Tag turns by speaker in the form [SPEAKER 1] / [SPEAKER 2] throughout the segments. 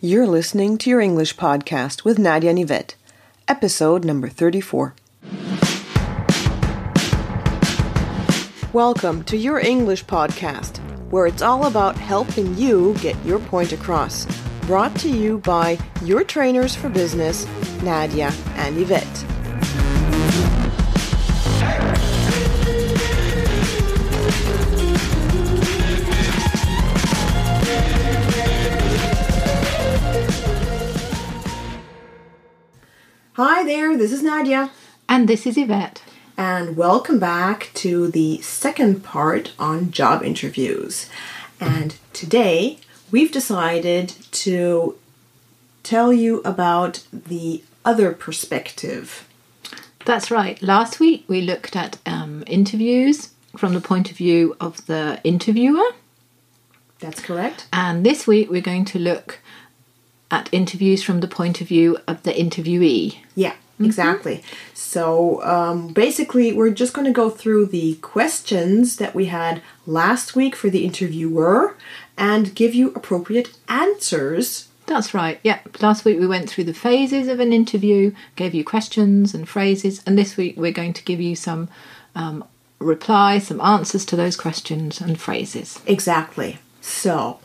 [SPEAKER 1] You're listening to your English podcast with Nadia Nivet, episode number 34. Welcome to your English podcast, where it's all about helping you get your point across. Brought to you by your trainers for business, Nadia and Yvette. Hi there, this is Nadia,
[SPEAKER 2] And this is Yvette.
[SPEAKER 1] and welcome back to the second part on job interviews. And today we've decided to tell you about the other perspective.
[SPEAKER 2] That's right. Last week we looked at um, interviews from the point of view of the interviewer,
[SPEAKER 1] That's correct?
[SPEAKER 2] and this week we're going to look at interviews from the point of view of the interviewee.
[SPEAKER 1] Yeah, exactly. So um, basically, we're just going to go through the questions that we had last week for the interviewer and give you appropriate answers.
[SPEAKER 2] That's right. Yep. Last week we went through the phases of an interview, gave you questions and phrases, and this week we're going to give you some um, replies, some answers to those questions and phrases.
[SPEAKER 1] Exactly. So,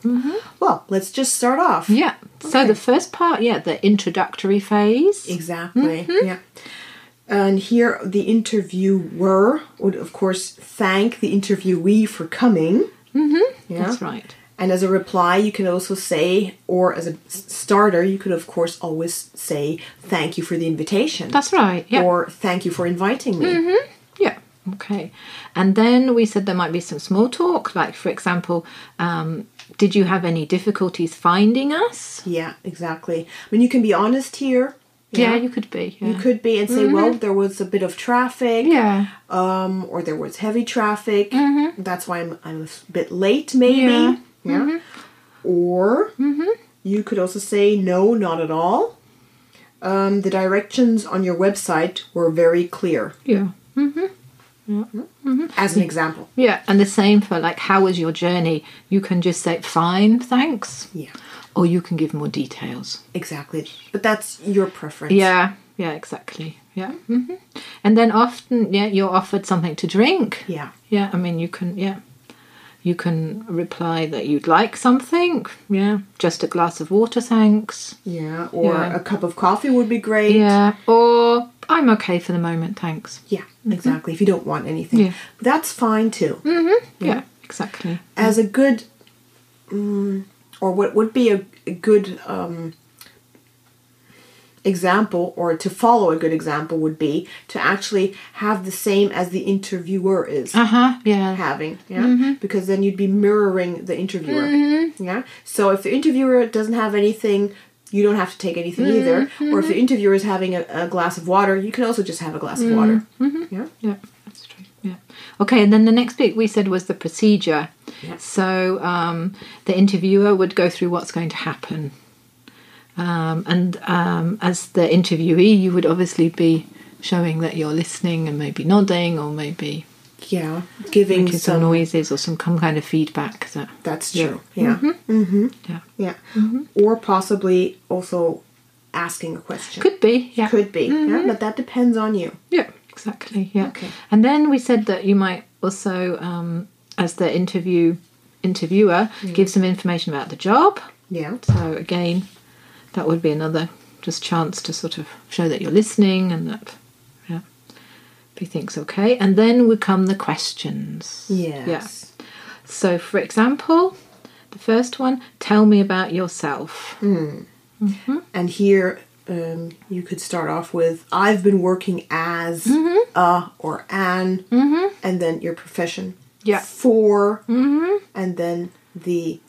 [SPEAKER 1] well, let's just start off.
[SPEAKER 2] Yeah. So the first part, yeah, the introductory phase.
[SPEAKER 1] Exactly.
[SPEAKER 2] Mm-hmm.
[SPEAKER 1] Yeah. And here, the interviewer would, of course, thank the interviewee for coming. Mm-hmm. Yeah.
[SPEAKER 2] That's right.
[SPEAKER 1] And as a reply, you can also say, or as a s- starter, you could, of course, always say, thank you for the invitation.
[SPEAKER 2] That's right. Yeah. Mm-hmm.
[SPEAKER 1] Or thank you for inviting me.
[SPEAKER 2] Yeah. Okay. And then we said there might be some small talk, like for example, um, did you have any difficulties finding us?
[SPEAKER 1] Yeah, exactly. I mean, you can be honest here.
[SPEAKER 2] Yeah, you could be. Yeah. Mm-hmm.
[SPEAKER 1] You could be and say, well, there was a bit of traffic.
[SPEAKER 2] Yeah. Mm-hmm.
[SPEAKER 1] Um, or there was heavy traffic. That's why I'm, I'm a s- bit late, maybe.
[SPEAKER 2] Yeah. Mm-hmm.
[SPEAKER 1] Or you could also say, no, not at all. Um, the directions on your website were very clear,
[SPEAKER 2] Yeah.
[SPEAKER 1] as an example.
[SPEAKER 2] Yeah. And the same for like, how was your journey? You can just say, fine, thanks.
[SPEAKER 1] Yeah.
[SPEAKER 2] Or you can give more details.
[SPEAKER 1] Exactly. But that's your preference.
[SPEAKER 2] Yeah. Yeah, exactly. Yeah. hmm And then often, yeah, you're offered something to drink.
[SPEAKER 1] Yeah.
[SPEAKER 2] Yeah, I mean, you can, yeah. You can reply that you'd like something. Yeah. Just a glass of water, thanks.
[SPEAKER 1] Yeah. Or
[SPEAKER 2] Yeah.
[SPEAKER 1] a cup of coffee would be great.
[SPEAKER 2] Yeah. Or I'm okay for the moment, thanks.
[SPEAKER 1] Yeah, exactly. If you don't want anything,
[SPEAKER 2] Yeah.
[SPEAKER 1] that's fine too.
[SPEAKER 2] Yeah, exactly.
[SPEAKER 1] As a good, mm, or what would be a, a good um, example, or to follow a good example, would be to actually have the same as the interviewer is.
[SPEAKER 2] Uh huh. Yeah.
[SPEAKER 1] having, yeah, because then you'd be mirroring the interviewer, yeah. So if the interviewer doesn't have anything, you don't have to take anything either. Or if the interviewer is having a, a glass of water, you can also just have a glass of water, yeah.
[SPEAKER 2] Yeah, that's true. Yeah. Okay, and then the next bit we said was the procedure.
[SPEAKER 1] Yeah.
[SPEAKER 2] So um, the interviewer would go through what's going to happen. Um, and um, as the interviewee, you would obviously be showing that you're listening and maybe nodding or maybe
[SPEAKER 1] Yeah, giving
[SPEAKER 2] making some,
[SPEAKER 1] some.
[SPEAKER 2] noises or some com- kind of feedback that
[SPEAKER 1] That's
[SPEAKER 2] Yeah.
[SPEAKER 1] true. Yeah,
[SPEAKER 2] yeah
[SPEAKER 1] yeah.
[SPEAKER 2] Mm-hmm.
[SPEAKER 1] Or possibly also asking a question.
[SPEAKER 2] could be yeah Mm-hmm.
[SPEAKER 1] Could be, yeah, but that depends on you.
[SPEAKER 2] Yeah, exactly. Yeah.
[SPEAKER 1] Okay.
[SPEAKER 2] And then we said that you might also, um, as the interview interviewer, give some information about the job.
[SPEAKER 1] Yeah,
[SPEAKER 2] So again, that would be another just chance to sort of show that you're listening and that yeah, if he thinks okay. And then would come the questions. Yeah.
[SPEAKER 1] yes,
[SPEAKER 2] So for example, the first one, tell me about yourself.
[SPEAKER 1] Mm. Mm-hmm. and here. Um, you could start off with I've been working as
[SPEAKER 2] Mm-hmm.
[SPEAKER 1] a or an, and then your profession.
[SPEAKER 2] Yeah. Mm-hmm.
[SPEAKER 1] For, and then the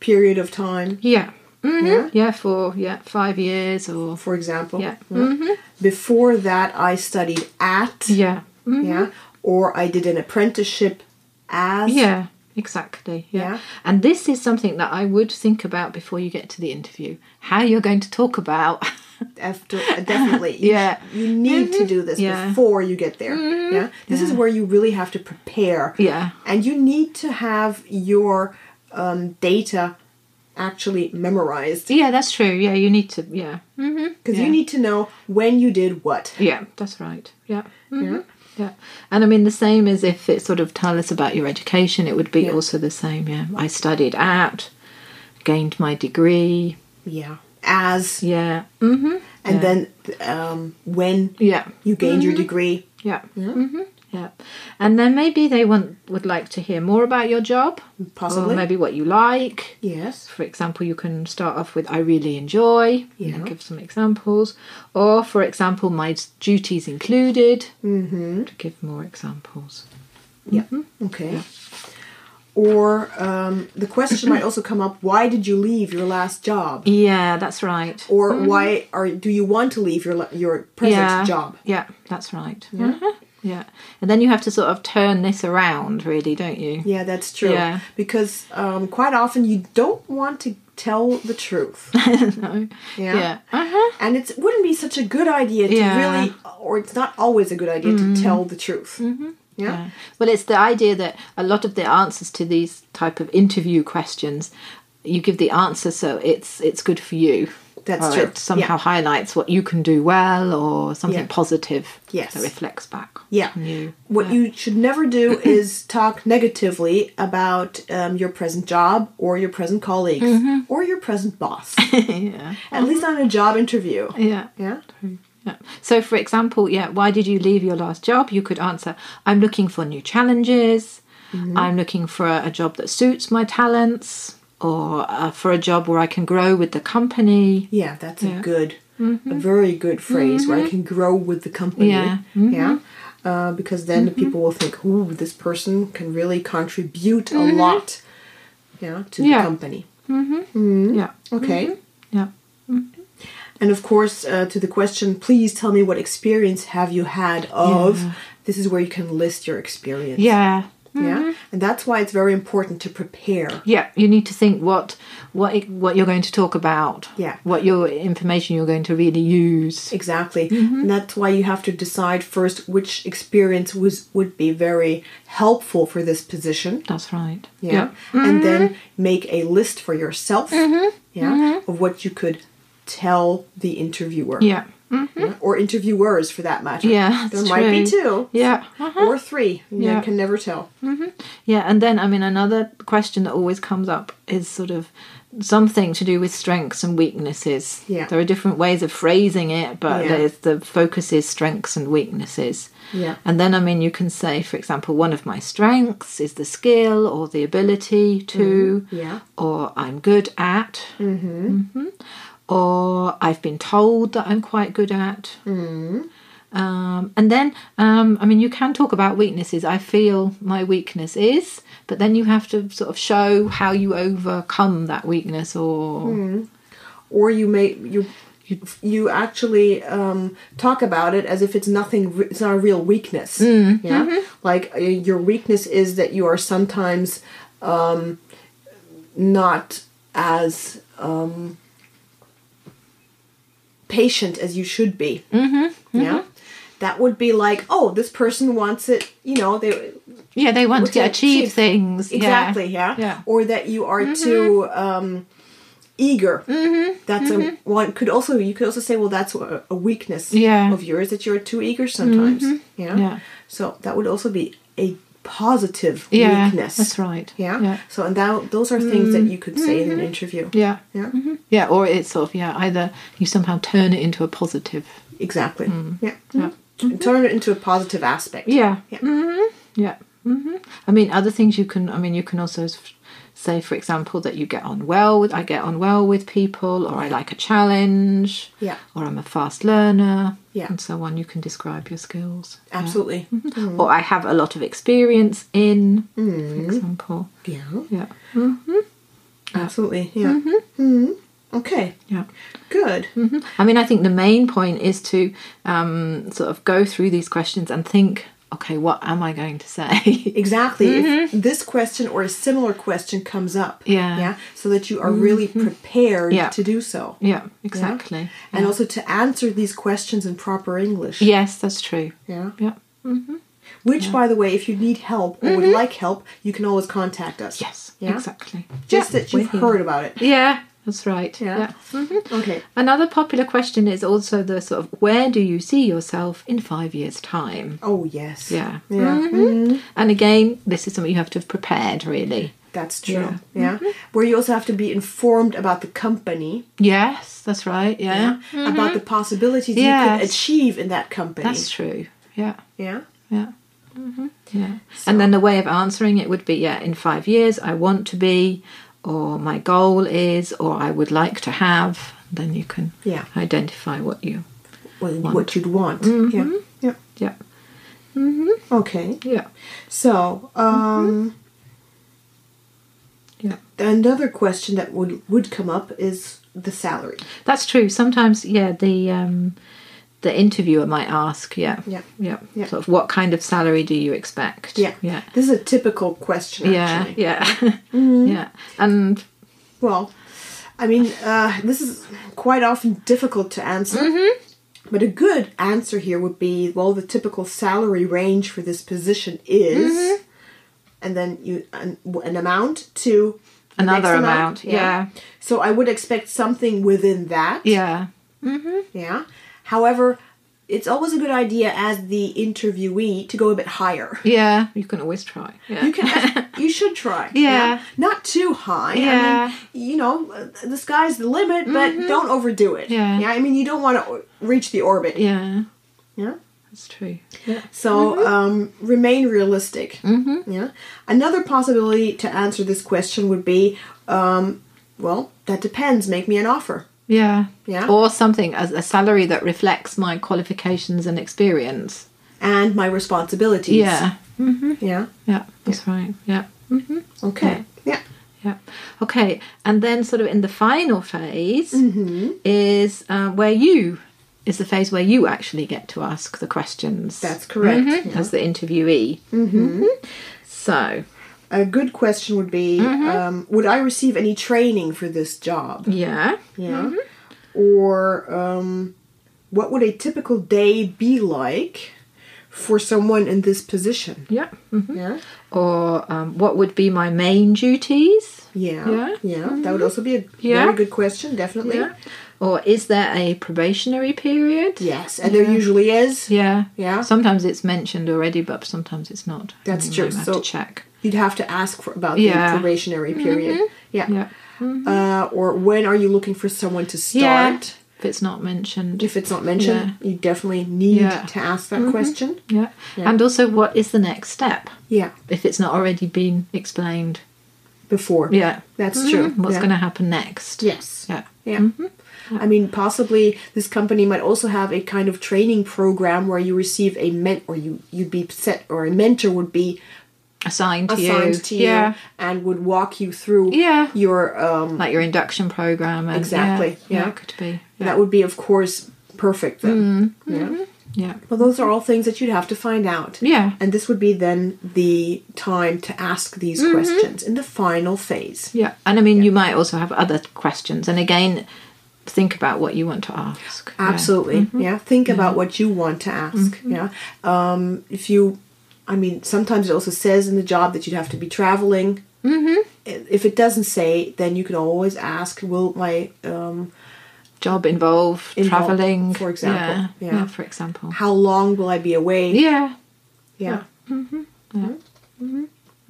[SPEAKER 1] period of time,
[SPEAKER 2] Yeah. Mhm.
[SPEAKER 1] Yeah.
[SPEAKER 2] Yeah, for yeah, five years or
[SPEAKER 1] for example.
[SPEAKER 2] Yeah. Mm-hmm.
[SPEAKER 1] Before that, I studied at.
[SPEAKER 2] yeah. Mhm.
[SPEAKER 1] yeah or i did an apprenticeship as
[SPEAKER 2] Yeah, exactly. Yeah.
[SPEAKER 1] Yeah.
[SPEAKER 2] And this is something that I would think about before you get to the interview how you're going to talk about.
[SPEAKER 1] after definitely You-
[SPEAKER 2] Yeah. Mm-hmm.
[SPEAKER 1] you, need to do this
[SPEAKER 2] Yeah. Mm-hmm.
[SPEAKER 1] before you get there yeah this is where you really have to prepare
[SPEAKER 2] yeah.
[SPEAKER 1] and you need to have your um, data actually memorized
[SPEAKER 2] Yeah, that's true. Yeah, you need to. Yeah,
[SPEAKER 1] because
[SPEAKER 2] Yeah.
[SPEAKER 1] you need to know when you did what.
[SPEAKER 2] yeah, Mm-hmm. that's right. Yeah. Mhm.
[SPEAKER 1] Yeah.
[SPEAKER 2] Yeah, and I mean the same as if it sort of tell us about your education, it would be
[SPEAKER 1] Yeah.
[SPEAKER 2] also the same. Yeah, I studied at, gained my degree.
[SPEAKER 1] Yeah. As
[SPEAKER 2] Yeah, Mm-hmm. mm-hmm.
[SPEAKER 1] and then um, when
[SPEAKER 2] yeah,
[SPEAKER 1] you gained your degree.
[SPEAKER 2] yeah, hmm yeah. And then maybe they want would like to hear more about your job,
[SPEAKER 1] Possibly.
[SPEAKER 2] or maybe what you like.
[SPEAKER 1] Yes.
[SPEAKER 2] For example, you can start off with "I really enjoy." You know,
[SPEAKER 1] Yeah.
[SPEAKER 2] give some examples, or for example, my duties included. Mm-hmm. To give more examples. Mm-hmm.
[SPEAKER 1] Yeah. Okay. Or um, the question might also come up: Why did you leave your last job?
[SPEAKER 2] Yeah, that's right.
[SPEAKER 1] Or why are do you want to leave your la- your present job?
[SPEAKER 2] Mm-hmm. Yeah, that's right. Yeah. yeah. And then you have to sort of turn this around, really, don't you?
[SPEAKER 1] Yeah, that's true.
[SPEAKER 2] Yeah.
[SPEAKER 1] Because um, quite often you don't want to tell the truth,
[SPEAKER 2] no.
[SPEAKER 1] Yeah.
[SPEAKER 2] Uh-huh.
[SPEAKER 1] and it wouldn't be such a good idea to
[SPEAKER 2] Yeah.
[SPEAKER 1] really, or it's not always a good idea to tell the truth. Mm-hmm. Yeah.
[SPEAKER 2] Yeah. Well, it's the idea that a lot of the answers to these type of interview questions, you give the answer so it's it's good for you.
[SPEAKER 1] That's
[SPEAKER 2] Or
[SPEAKER 1] true.
[SPEAKER 2] It somehow
[SPEAKER 1] Yeah.
[SPEAKER 2] highlights what you can do well or something
[SPEAKER 1] Yeah.
[SPEAKER 2] positive
[SPEAKER 1] Yes.
[SPEAKER 2] that reflects back.
[SPEAKER 1] Yeah.
[SPEAKER 2] on you.
[SPEAKER 1] What
[SPEAKER 2] Yeah.
[SPEAKER 1] you should never do is talk negatively about um, your present job or your present colleagues
[SPEAKER 2] Mm-hmm.
[SPEAKER 1] or your present boss, at
[SPEAKER 2] yeah.
[SPEAKER 1] least on a job interview.
[SPEAKER 2] Yeah.
[SPEAKER 1] Yeah.
[SPEAKER 2] Yeah. So, for example, yeah, why did you leave your last job? You could answer, I'm looking for new challenges,
[SPEAKER 1] Mm-hmm.
[SPEAKER 2] I'm looking for a, a job that suits my talents, or uh, for a job where I can grow with the company.
[SPEAKER 1] Yeah, that's a good, a very good phrase where I can grow with the company.
[SPEAKER 2] Mm-hmm. Yeah. Mm-hmm.
[SPEAKER 1] Yeah. Uh, because then the people will think, ooh, this person can really contribute a lot yeah, to
[SPEAKER 2] Mm-hmm. Yeah. Mm-hmm.
[SPEAKER 1] the company. Mm-hmm.
[SPEAKER 2] Yeah.
[SPEAKER 1] Okay.
[SPEAKER 2] Yeah.
[SPEAKER 1] And of course, uh, to the question, please tell me what experience have you had of, this is where you can list your experience.
[SPEAKER 2] Yeah. Mm-hmm.
[SPEAKER 1] Yeah. And that's why it's very important to prepare.
[SPEAKER 2] Yeah, you need to think what what it- what you're going to talk about.
[SPEAKER 1] Yeah.
[SPEAKER 2] what your information you're going to really use.
[SPEAKER 1] Exactly.
[SPEAKER 2] Mm-hmm.
[SPEAKER 1] And that's why you have to decide first which experience was would be very helpful for this position.
[SPEAKER 2] That's right.
[SPEAKER 1] Yeah.
[SPEAKER 2] Mm-hmm.
[SPEAKER 1] And then make a list for yourself, yeah, of what you could tell the interviewer.
[SPEAKER 2] Mm-hmm. Yeah. Yeah.
[SPEAKER 1] Yeah, Or interviewers for that matter.
[SPEAKER 2] Yeah,
[SPEAKER 1] There
[SPEAKER 2] that's
[SPEAKER 1] might be
[SPEAKER 2] true.
[SPEAKER 1] two.
[SPEAKER 2] Yeah. Uh-huh.
[SPEAKER 1] Or three. Yeah.
[SPEAKER 2] Yeah.
[SPEAKER 1] You can never tell.
[SPEAKER 2] Yeah, and then I mean another question that always comes up is sort of something to do with strengths and weaknesses.
[SPEAKER 1] Yeah.
[SPEAKER 2] There are different ways of phrasing it, but
[SPEAKER 1] Yeah.
[SPEAKER 2] there's the focus is strengths and weaknesses.
[SPEAKER 1] Yeah.
[SPEAKER 2] And then I mean you can say, for example, one of my strengths is the skill or the ability to
[SPEAKER 1] Yeah.
[SPEAKER 2] or I'm good at. Mm-hmm. Or I've been told that I'm quite good at.
[SPEAKER 1] Mm.
[SPEAKER 2] Um, and then, um, I mean, you can talk about weaknesses. I feel my weakness is, but then you have to sort of show how you overcome that weakness or.
[SPEAKER 1] Hmm. Or you may you you actually um, talk about it as if it's nothing. re- It's not a real weakness. Yeah. Like uh, your weakness is that you are sometimes um, not as um, patient as you should be. Mm-hmm. Yeah. That would be like, oh, this person wants it. You know, they
[SPEAKER 2] Yeah, they want
[SPEAKER 1] Well,
[SPEAKER 2] to
[SPEAKER 1] to
[SPEAKER 2] achieve,
[SPEAKER 1] achieve-
[SPEAKER 2] things. Yeah.
[SPEAKER 1] exactly yeah.
[SPEAKER 2] Yeah. Mm-hmm.
[SPEAKER 1] or that you are too um eager mm-hmm. that's a one could also you could also say well that's a, a weakness
[SPEAKER 2] Yeah. Mm-hmm.
[SPEAKER 1] of yours that you're too eager sometimes yeah
[SPEAKER 2] Yeah.
[SPEAKER 1] so that would also be a positive
[SPEAKER 2] Yeah,
[SPEAKER 1] weakness
[SPEAKER 2] that's right.
[SPEAKER 1] yeah,
[SPEAKER 2] Yeah. Mm-hmm.
[SPEAKER 1] so and that those are things that you could say in an interview
[SPEAKER 2] Yeah. Mm-hmm.
[SPEAKER 1] yeah
[SPEAKER 2] Yeah, or it's sort of, yeah, either you somehow turn it into a positive.
[SPEAKER 1] exactly yeah,
[SPEAKER 2] Mm.
[SPEAKER 1] Mm-hmm.
[SPEAKER 2] Yeah. Mm-hmm.
[SPEAKER 1] turn it into a positive aspect
[SPEAKER 2] Yeah.
[SPEAKER 1] Yeah.
[SPEAKER 2] hmm Yeah. hmm I mean, other things you can. I mean, you can also s- say, for example, that you get on well with. I get on well with people, or I like a challenge.
[SPEAKER 1] Yeah.
[SPEAKER 2] Or I'm a fast learner.
[SPEAKER 1] Yeah.
[SPEAKER 2] And so on. You can describe your skills. Yeah.
[SPEAKER 1] absolutely Mm-hmm.
[SPEAKER 2] Or I have a lot of experience in, for example.
[SPEAKER 1] yeah
[SPEAKER 2] Yeah. Mm-hmm.
[SPEAKER 1] absolutely yeah Mhm. okay
[SPEAKER 2] Yeah.
[SPEAKER 1] good
[SPEAKER 2] Mhm. I mean, I think the main point is to um, sort of go through these questions and think, okay, what am I going to say?
[SPEAKER 1] Exactly. If this question or a similar question comes up.
[SPEAKER 2] Mm-hmm. Yeah. Mm-hmm.
[SPEAKER 1] Yeah. So that you are really prepared
[SPEAKER 2] Yeah.
[SPEAKER 1] to do so.
[SPEAKER 2] yeah.
[SPEAKER 1] Yeah?
[SPEAKER 2] Exactly.
[SPEAKER 1] And also to answer these questions in proper English.
[SPEAKER 2] Yes, that's true.
[SPEAKER 1] Yeah.
[SPEAKER 2] Yeah. Mm-hmm.
[SPEAKER 1] Which, by the way, if you need help or would like help, you can always contact us.
[SPEAKER 2] Yes,
[SPEAKER 1] Yeah?
[SPEAKER 2] exactly.
[SPEAKER 1] Just
[SPEAKER 2] Yeah,
[SPEAKER 1] that you've
[SPEAKER 2] we're here.
[SPEAKER 1] heard Mm-hmm. about it.
[SPEAKER 2] Yeah, that's right. Yeah. Mhm.
[SPEAKER 1] Okay.
[SPEAKER 2] Another popular question is also the sort of where do you see yourself in five years' time?
[SPEAKER 1] Oh, yes.
[SPEAKER 2] Yeah. Mm-hmm.
[SPEAKER 1] Yeah. Mhm.
[SPEAKER 2] And again, this is something you have to have prepared, really.
[SPEAKER 1] That's true. Yeah.
[SPEAKER 2] Yeah. Mm-hmm.
[SPEAKER 1] Where you also have to be informed about the company,
[SPEAKER 2] Yes, that's right. Yeah,
[SPEAKER 1] about the possibilities you could
[SPEAKER 2] Uh-huh. Yes.
[SPEAKER 1] achieve in that company.
[SPEAKER 2] that's true. Yeah,
[SPEAKER 1] yeah.
[SPEAKER 2] yeah, mm-hmm. yeah. And then the way of answering it would be, yeah, in five years I want to be, or my goal is, or I would like to have. Then you can
[SPEAKER 1] Yeah.
[SPEAKER 2] identify what you.
[SPEAKER 1] Well,
[SPEAKER 2] Want. Mm-hmm.
[SPEAKER 1] what you'd want. Yeah.
[SPEAKER 2] Yeah,
[SPEAKER 1] Yeah. Okay.
[SPEAKER 2] yeah,
[SPEAKER 1] So,
[SPEAKER 2] Mm-hmm.
[SPEAKER 1] um,
[SPEAKER 2] yeah.
[SPEAKER 1] another question that would would come up is the salary.
[SPEAKER 2] That's true. Sometimes, yeah, the um, the interviewer might ask, yeah,
[SPEAKER 1] Yeah.
[SPEAKER 2] yeah,
[SPEAKER 1] Yeah.
[SPEAKER 2] sort of what kind of salary do you expect?
[SPEAKER 1] Yeah.
[SPEAKER 2] yeah,
[SPEAKER 1] This is a typical question.
[SPEAKER 2] yeah,
[SPEAKER 1] Actually. Mm-hmm.
[SPEAKER 2] yeah, yeah. And
[SPEAKER 1] Well, I mean, uh, this is quite often difficult to answer.
[SPEAKER 2] Mm-hmm.
[SPEAKER 1] But a good answer here would be well, the typical salary range for this position is,
[SPEAKER 2] Mm-hmm.
[SPEAKER 1] and then you an, an amount to the next
[SPEAKER 2] Another amount, yeah.
[SPEAKER 1] So I would expect something within that.
[SPEAKER 2] yeah,
[SPEAKER 1] Yeah. However, it's always a good idea as the interviewee to go a bit higher.
[SPEAKER 2] yeah, you can always try. Yeah.
[SPEAKER 1] You can. you should try.
[SPEAKER 2] Yeah.
[SPEAKER 1] Not too high.
[SPEAKER 2] Yeah. Mm-hmm.
[SPEAKER 1] I mean, you know, uh, the sky's the limit, but don't overdo it.
[SPEAKER 2] Yeah.
[SPEAKER 1] Yeah. I mean, you don't want to reach the orbit.
[SPEAKER 2] yeah, Mm-hmm.
[SPEAKER 1] Yeah.
[SPEAKER 2] that's true. Yeah.
[SPEAKER 1] So um, remain realistic. Mm-hmm. Yeah. Another possibility to answer this question would be, um, well, that depends. Make me an offer.
[SPEAKER 2] Yeah.
[SPEAKER 1] Yeah.
[SPEAKER 2] Or something as a salary that reflects my qualifications and experience.
[SPEAKER 1] And my responsibilities.
[SPEAKER 2] Yeah. Mm-hmm.
[SPEAKER 1] Yeah.
[SPEAKER 2] Yeah. That's right. Yeah. hmm
[SPEAKER 1] Okay. Yeah.
[SPEAKER 2] Yeah. Okay. And then, sort of in the final phase,
[SPEAKER 1] Mm-hmm.
[SPEAKER 2] is uh, where you is the phase where you actually get to ask the questions.
[SPEAKER 1] That's correct,
[SPEAKER 2] Mhm, As the interviewee. Mm-hmm. So
[SPEAKER 1] A good question would be,
[SPEAKER 2] Mm-hmm.
[SPEAKER 1] um, would I receive any training for this job?
[SPEAKER 2] yeah,
[SPEAKER 1] Yeah.
[SPEAKER 2] Mm-hmm.
[SPEAKER 1] Or um, what would a typical day be like for someone in this position?
[SPEAKER 2] yeah. Mhm.
[SPEAKER 1] Yeah.
[SPEAKER 2] Or um, what would be my main duties?
[SPEAKER 1] Yeah.
[SPEAKER 2] Yeah. Mm-hmm.
[SPEAKER 1] That would also be a
[SPEAKER 2] Yeah.
[SPEAKER 1] very good question, definitely.
[SPEAKER 2] Yeah. Or is there a probationary period?
[SPEAKER 1] Yes, and there usually is.
[SPEAKER 2] Yeah.
[SPEAKER 1] Yeah.
[SPEAKER 2] Sometimes it's mentioned already, but sometimes it's not.
[SPEAKER 1] That's
[SPEAKER 2] You
[SPEAKER 1] true.
[SPEAKER 2] might have
[SPEAKER 1] So-
[SPEAKER 2] to check.
[SPEAKER 1] You'd have to ask for about
[SPEAKER 2] Yeah. Mm-hmm.
[SPEAKER 1] the probationary period. Yeah.
[SPEAKER 2] Yeah. Mm-hmm.
[SPEAKER 1] Uh, or when are you looking for someone to
[SPEAKER 2] Yeah.
[SPEAKER 1] start?
[SPEAKER 2] If it's not mentioned.
[SPEAKER 1] If it's not mentioned, you definitely need
[SPEAKER 2] Yeah. Mm-hmm.
[SPEAKER 1] to ask that question.
[SPEAKER 2] yeah. And also, what is the next step?
[SPEAKER 1] Yeah,
[SPEAKER 2] If it's not already been explained.
[SPEAKER 1] before.
[SPEAKER 2] Yeah.
[SPEAKER 1] That's
[SPEAKER 2] Mhm.
[SPEAKER 1] true.
[SPEAKER 2] What's
[SPEAKER 1] Mm-hmm. Yeah.
[SPEAKER 2] going to happen next?
[SPEAKER 1] Yes.
[SPEAKER 2] Yeah. Mm-hmm.
[SPEAKER 1] Yeah. Mm-hmm. I mean, possibly this company might also have a kind of training program where you receive a ment or you you'd be set or a mentor would be
[SPEAKER 2] Assigned to
[SPEAKER 1] assigned
[SPEAKER 2] you.
[SPEAKER 1] to you
[SPEAKER 2] Yeah.
[SPEAKER 1] and would walk you through
[SPEAKER 2] Yeah.
[SPEAKER 1] your um
[SPEAKER 2] Like your induction program. And
[SPEAKER 1] Exactly,
[SPEAKER 2] Yeah.
[SPEAKER 1] yeah.
[SPEAKER 2] yeah, could be. Yeah.
[SPEAKER 1] that would be of course perfect then. Yeah.
[SPEAKER 2] yeah.
[SPEAKER 1] Well, those are all things that you'd have to find out.
[SPEAKER 2] Yeah.
[SPEAKER 1] And this would be then the time to ask these
[SPEAKER 2] Mm-hmm.
[SPEAKER 1] questions in the final phase.
[SPEAKER 2] Yeah. And I mean, you might also have other questions. And again, think about what you want to ask. Yeah. Mm-hmm.
[SPEAKER 1] Absolutely. Yeah. Think about what you want to ask. Yeah. Um, if you, I mean, sometimes it also says in the job that you'd have to be traveling. Mm-hmm. If it doesn't say, then you can always ask, will my, um,
[SPEAKER 2] job involved,
[SPEAKER 1] Involved,
[SPEAKER 2] traveling,
[SPEAKER 1] for example.
[SPEAKER 2] Yeah,
[SPEAKER 1] Yeah.
[SPEAKER 2] yeah. for example.
[SPEAKER 1] how long will I be away?
[SPEAKER 2] Yeah.
[SPEAKER 1] Yeah.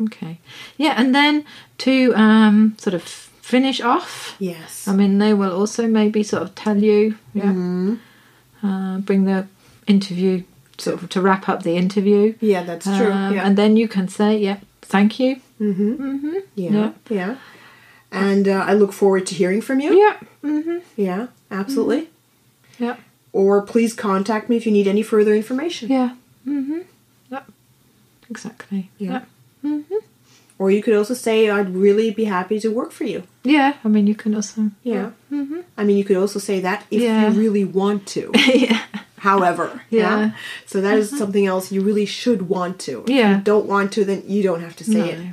[SPEAKER 2] Okay. Yeah, and then to um, sort of finish off.
[SPEAKER 1] Yes.
[SPEAKER 2] I mean, they will also maybe sort of tell you. Yeah.
[SPEAKER 1] Mm-hmm.
[SPEAKER 2] Uh, bring the interview sort of to wrap up the interview.
[SPEAKER 1] yeah, that's true.
[SPEAKER 2] Um,
[SPEAKER 1] yeah. Mm-hmm.
[SPEAKER 2] And then you can say, yeah, thank you.
[SPEAKER 1] yeah.
[SPEAKER 2] yeah.
[SPEAKER 1] Yeah. And uh, I look forward to hearing from you.
[SPEAKER 2] Yeah. Mm-hmm.
[SPEAKER 1] Yeah, absolutely.
[SPEAKER 2] Yeah.
[SPEAKER 1] Or please contact me if you need any further information.
[SPEAKER 2] Mm-hmm. Yeah. Mm-hmm. Yeah. Exactly.
[SPEAKER 1] Yeah.
[SPEAKER 2] yeah.
[SPEAKER 1] Or you could also say, I'd really be happy to work for you.
[SPEAKER 2] Yeah. I mean, you can also.
[SPEAKER 1] Yeah. I mean, you could also say that if
[SPEAKER 2] Mm-hmm. Yeah.
[SPEAKER 1] you really want to.
[SPEAKER 2] yeah.
[SPEAKER 1] However, yeah.
[SPEAKER 2] Yeah. Mm-hmm.
[SPEAKER 1] So that is something else you really should want to. If
[SPEAKER 2] Yeah.
[SPEAKER 1] you don't want to, then you don't have to say it.
[SPEAKER 2] No.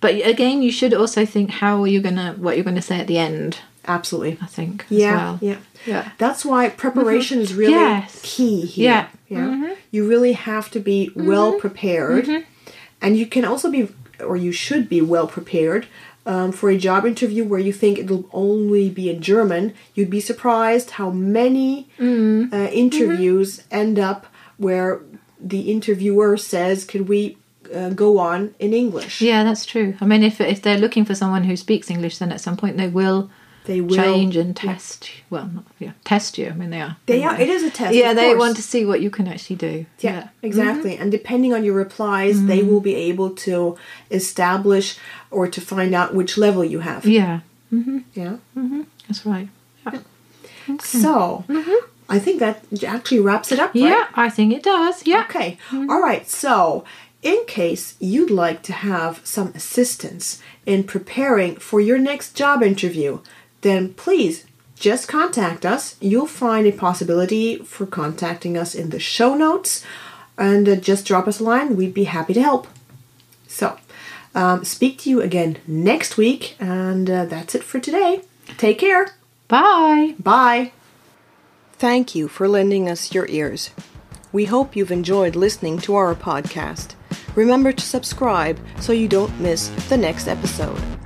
[SPEAKER 2] But again, you should also think how are you gonna what you're gonna say at the end.
[SPEAKER 1] Absolutely.
[SPEAKER 2] I think.
[SPEAKER 1] Yeah,
[SPEAKER 2] As well.
[SPEAKER 1] yeah,
[SPEAKER 2] Yeah.
[SPEAKER 1] That's why preparation is really
[SPEAKER 2] Mm-hmm. Yes.
[SPEAKER 1] key here.
[SPEAKER 2] Yeah. Mm-hmm.
[SPEAKER 1] You really have to be well prepared, and you can also be, or you should be well prepared. Um, for a job interview where you think it'll only be in German, you'd be surprised how many
[SPEAKER 2] Mm-hmm.
[SPEAKER 1] uh, interviews end up where the interviewer says, "Could we uh, go on in English?"
[SPEAKER 2] Yeah, that's true. I mean, if if they're looking for someone who speaks English, then at some point they will
[SPEAKER 1] They will
[SPEAKER 2] change and test. Well, not, yeah, test you. I mean, they are.
[SPEAKER 1] They are. It is a test.
[SPEAKER 2] yeah,
[SPEAKER 1] of
[SPEAKER 2] they
[SPEAKER 1] course.
[SPEAKER 2] want to see what you can actually do.
[SPEAKER 1] Yeah, Mm-hmm. exactly. And depending on your replies, they will be able to establish or to find out which level you have.
[SPEAKER 2] Yeah,
[SPEAKER 1] Yeah.
[SPEAKER 2] that's right. Yeah,
[SPEAKER 1] So I think that actually wraps it up. right?
[SPEAKER 2] Yeah, I think it does. Yeah.
[SPEAKER 1] Okay. All right. So, in case you'd like to have some assistance in preparing for your next job interview, then please just contact us. You'll find a possibility for contacting us in the show notes and uh, just drop us a line. We'd be happy to help. So, um, speak to you again next week, and uh, that's it for today. Take care.
[SPEAKER 2] Bye.
[SPEAKER 1] Bye. Thank you for lending us your ears. We hope you've enjoyed listening to our podcast. Remember to subscribe so you don't miss the next episode.